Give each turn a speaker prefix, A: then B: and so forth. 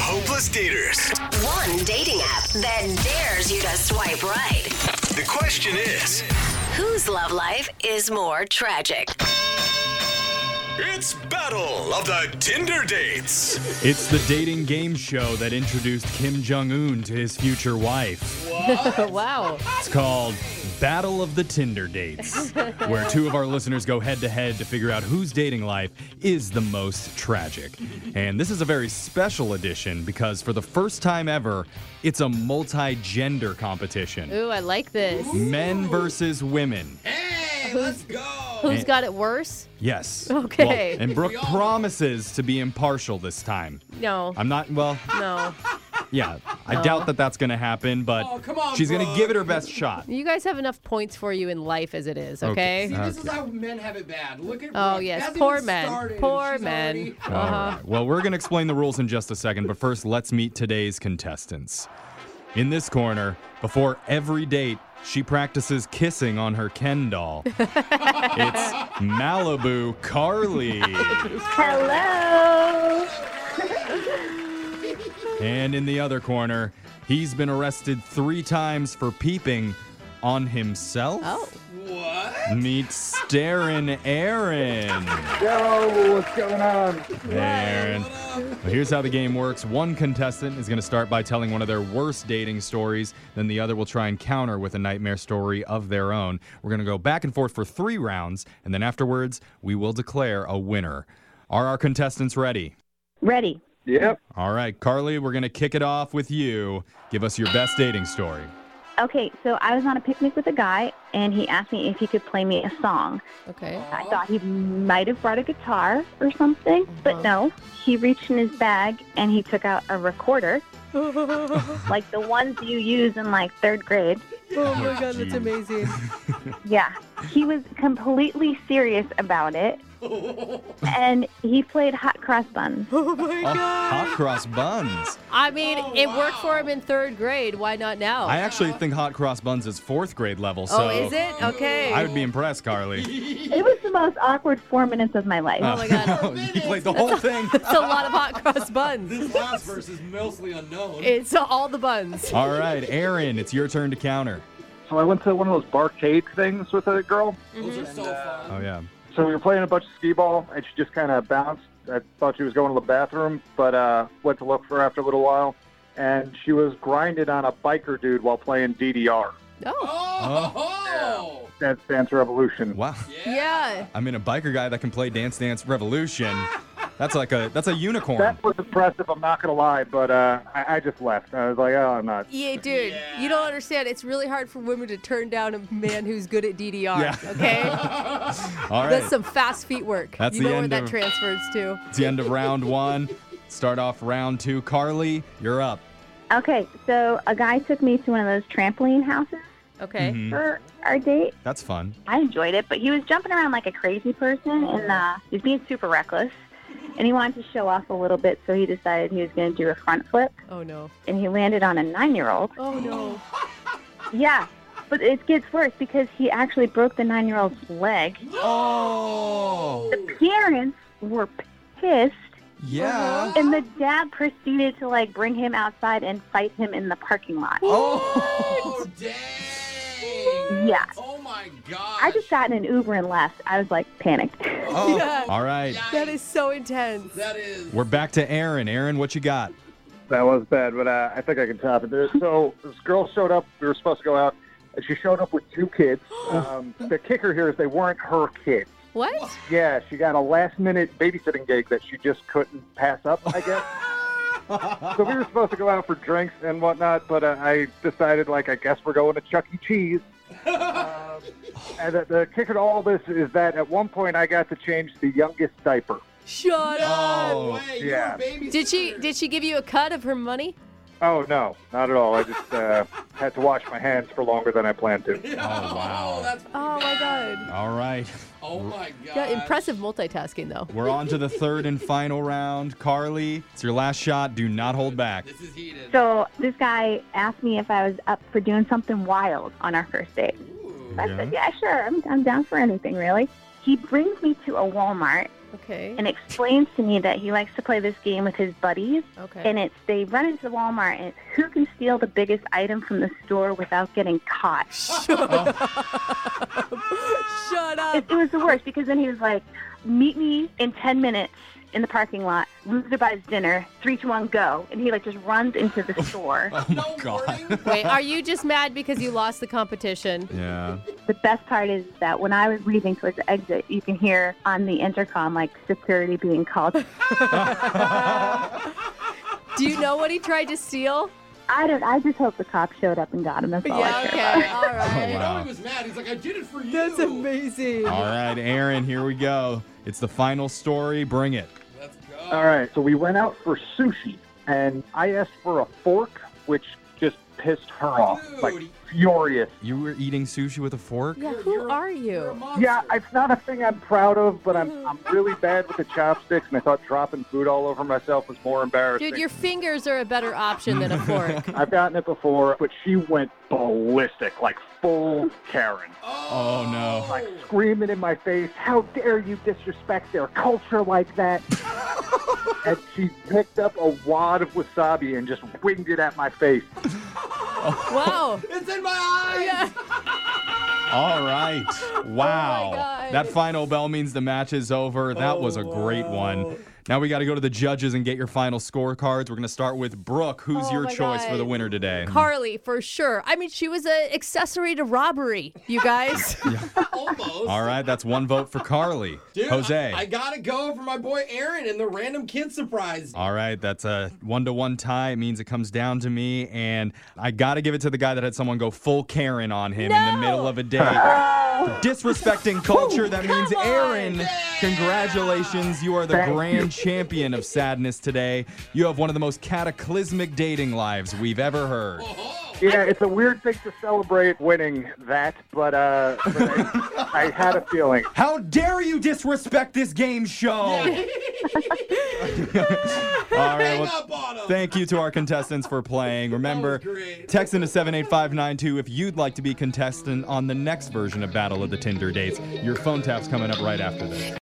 A: hopeless daters.
B: One dating app that dares you to swipe right.
A: The question is
B: Whose love life is more tragic?
A: it's Battle of the Tinder Dates.
C: It's the dating game show that introduced Kim Jong Un to his future wife.
D: wow.
C: It's called Battle of the Tinder Dates, where two of our listeners go head to head to figure out whose dating life is the most tragic. And this is a very special edition because for the first time ever, it's a multi gender competition
D: Ooh, I like this.
C: men versus women.
D: Who's got it worse?
C: Yes.
D: Okay.
C: Well, and Brooke promises to be impartial this time.
D: No.
C: I'm not, well,
D: no.
C: Yeah, I doubt that that's going to happen, but
E: Oh,
C: she's going to give it her best shot.
D: You guys have enough points for you in life as it is, okay?
C: Okay.
E: This is how men have it bad. Look at
D: Oh,
E: Brooke.
D: yes.
E: Hasn't
D: Poor
E: even
D: men.
E: started and
D: Poor
E: she's
D: men.
E: already-
C: All right. Well, we're going to explain the rules in just a second, but first, let's meet today's contestants. In this corner, before every date, she practices kissing on her Ken doll. it's Malibu Carly.
F: Hello.
C: and in the other corner, he's been arrested three times for peeping on himself.
D: Oh.
E: What?
C: Meet Darren Aaron.
G: Yo, what's going on?
C: Aaron. Well, here's how the game works. One contestant is going to start by telling one of their worst dating stories. Then the other will try and counter with a nightmare story of their own. We're going to go back and forth for three rounds, and then afterwards, we will declare a winner. Are our contestants ready?
F: Ready.
G: Yep.
C: All right, Carly, we're going to kick it off with you. Give us your best dating story.
F: Okay, so I was on a picnic with a guy, and he asked me if he could play me a song.
D: Okay.
F: I thought he might have brought a guitar or something, but no. He reached in his bag and he took out a recorder, like the ones you use in like third grade.
D: Oh my
C: God, that's
D: amazing.
F: Yeah, he was completely serious about it, and he played hot cross buns.
D: Oh my
C: Oh, hot cross buns.
D: I mean, it worked for him in third grade. Why not now?
C: I actually think hot cross buns is fourth grade level. So
D: oh, is it? Okay. Oh
C: I would be impressed, Carly.
F: It was the most awkward four minutes of my life.
D: Oh my God.
C: you played the whole thing.
D: That's a lot of hot cross buns.
E: This last verse is mostly unknown.
D: It's all the buns.
C: All right, Aaron, it's your turn to counter.
G: So I went to one of those barcade things with a girl.
E: Those are so fun.
C: Oh yeah.
G: So we were playing a bunch of skee ball, and she just kind of bounced. I thought she was going to the bathroom, but uh, went to look for her after a little while, and she was grinded on a biker dude while playing DDR.
D: Oh.
E: Oh,
G: Dance Dance Revolution.
C: Wow.
D: Yeah.
C: I mean, a biker guy that can play Dance Dance Revolution. That's like a that's a unicorn.
G: That was impressive. I'm not gonna lie, but uh, I, I just left. I was like, oh, I'm not.
D: Yeah, dude, you don't understand. It's really hard for women to turn down a man who's good at DDR.
C: Yeah.
D: Okay,
C: All right.
D: that's some fast feet work.
C: That's
D: you
C: the
D: know
C: end
D: where that
C: of-
D: transfers to.
C: it's the end of round one. Start off round two. Carly, you're up.
F: Okay, so a guy took me to one of those trampoline houses
D: Okay.
C: Mhm.
F: for our date.
C: That's fun.
F: I enjoyed it, but he was jumping around like a crazy person, and uh, he was being super reckless. And he wanted to show off a little bit, so he decided he was going to do a front flip,
D: Oh no.
F: and he landed on a nine-year-old.
D: Oh no.
F: Yeah, but it gets worse because he actually broke the nine-year-old's leg.
C: Oh.
F: Parents were pissed,
C: Yeah.
E: Uh-huh.
F: and the dad proceeded to like bring him outside and fight him in the parking lot.
E: oh dang.
F: Yeah,
E: Oh my god.
F: I just got in an Uber and left. I was like panicked.
C: Oh.
D: Yeah.
C: All right.
D: That is so intense.
E: That is.
C: We're back to Aaron. Aaron, what you got?
G: That was bad, but uh, I think I can top it. There- So this girl showed up. We were supposed to go out, and she showed up with two kids. Um, the kicker here is they weren't her kids.
D: What?
G: Yeah, she got a last-minute babysitting gig that she just couldn't pass up. I guess. so we were supposed to go out for drinks and whatnot, but uh, I decided, like, I guess we're going to Chuck E. Cheese. Um, and the, the kicker to all this is that at one point I got to change the youngest diaper.
D: Shut up.
E: No
C: Oh,
E: way.
G: yeah.
E: You're a babysitter.
D: Did she did she give you a cut of her money?
G: Oh no, not at all. I just uh, had to wash my hands for longer than I planned to.
E: Oh,
C: wow.
E: That's,
D: Oh my god.
C: All right.
E: oh my god.
D: Yeah, impressive multitasking though.
C: We're on to the third and final round. Carly, it's your last shot. Do not hold back.
E: This is heated.
F: So this guy asked me if I was up for doing something wild on our first date.
E: Ooh.
F: I said, yeah, sure. I'm, I'm down for anything, really. He brings me to a Walmart
D: Okay.
F: and explains to me that he likes to play this game with his buddies.
D: Okay.
F: And it's they run into Walmart and it's who can steal the biggest item from the store without getting caught.
D: Shut up.
F: It, it was the worst because then he was like, "Meet me in ten minutes." In the parking lot, loser buys dinner, three to one, go, and he like just runs into the store.
E: no warning?
D: Wait, are you just mad because you lost the competition?
C: Yeah.
F: The best part is that when I was leaving towards the exit, you can hear on the intercom like security being called.
D: Do you know what he tried to steal?
F: I don't. I just hope the cop showed up and got him. That's all I
D: Yeah,
F: care
D: okay. All
E: I
D: right.
E: know
C: Oh, Wow.
E: he was mad. He's like, I did it
C: Oh,
E: for you.
D: That's amazing.
C: All right, Aaron, here we go. It's the final story. Bring it.
E: Let's go.
G: All right, so we went out for sushi, and I asked for a fork, which just pissed her off, like
E: Dude.
G: furious.
C: You were eating sushi with a fork?
D: Yeah,
E: You're-
D: who
E: you're a-
D: are
E: You're a
D: you?
E: monster.
G: Yeah, it's not a thing I'm proud of, but I'm I'm really bad with the chopsticks, and I thought dropping food all over myself was more embarrassing.
D: Dude, your fingers are a better option than a fork.
G: I've gotten it before, but she went ballistic, like full Karen,
C: Oh, no.
G: like screaming in my face, "How dare you disrespect their culture like that!" and she picked up a wad of wasabi and just winged it at my face.
D: Wow.
E: It's in my eyes.
D: Yeah.
C: All right. Wow.
D: Oh God. Oh,
C: that final bell means the match is over. That was a great one. Now we got to go to the judges and get your final scorecards. We're going to start with Brooke. Who's
D: Oh
C: your
D: my
C: choice for
D: God.
C: the winner today?
D: Carly, for sure. I mean, she was an accessory to robbery, you guys.
E: Almost.
C: All right, that's one vote for Carly.
E: Dude,
C: Jose.
E: I, I gotta go for my boy Aaron and the random kid surprise.
C: All right, that's a one to one tie. It means it comes down to me, and I got to give it to the guy that had someone go full Karen on him in the
D: No!
C: middle of a day. Disrespecting culture, that means
D: come on!
C: Aaron. Congratulations, you are the
G: Thank
C: grand champion of sadness today. You have one of the most cataclysmic dating lives we've ever heard.
G: Yeah, it's a weird thing to celebrate winning that, but, uh, but I, I had a feeling.
C: How dare you disrespect this game show? All right,
E: Hang
C: well,
E: up on him.
C: Thank you to our contestants for playing. Remember,
E: That was great.
C: text into 78592 if you'd like to be a contestant on the next version of Battle of the Tinder Dates. Your phone tap's coming up right after this.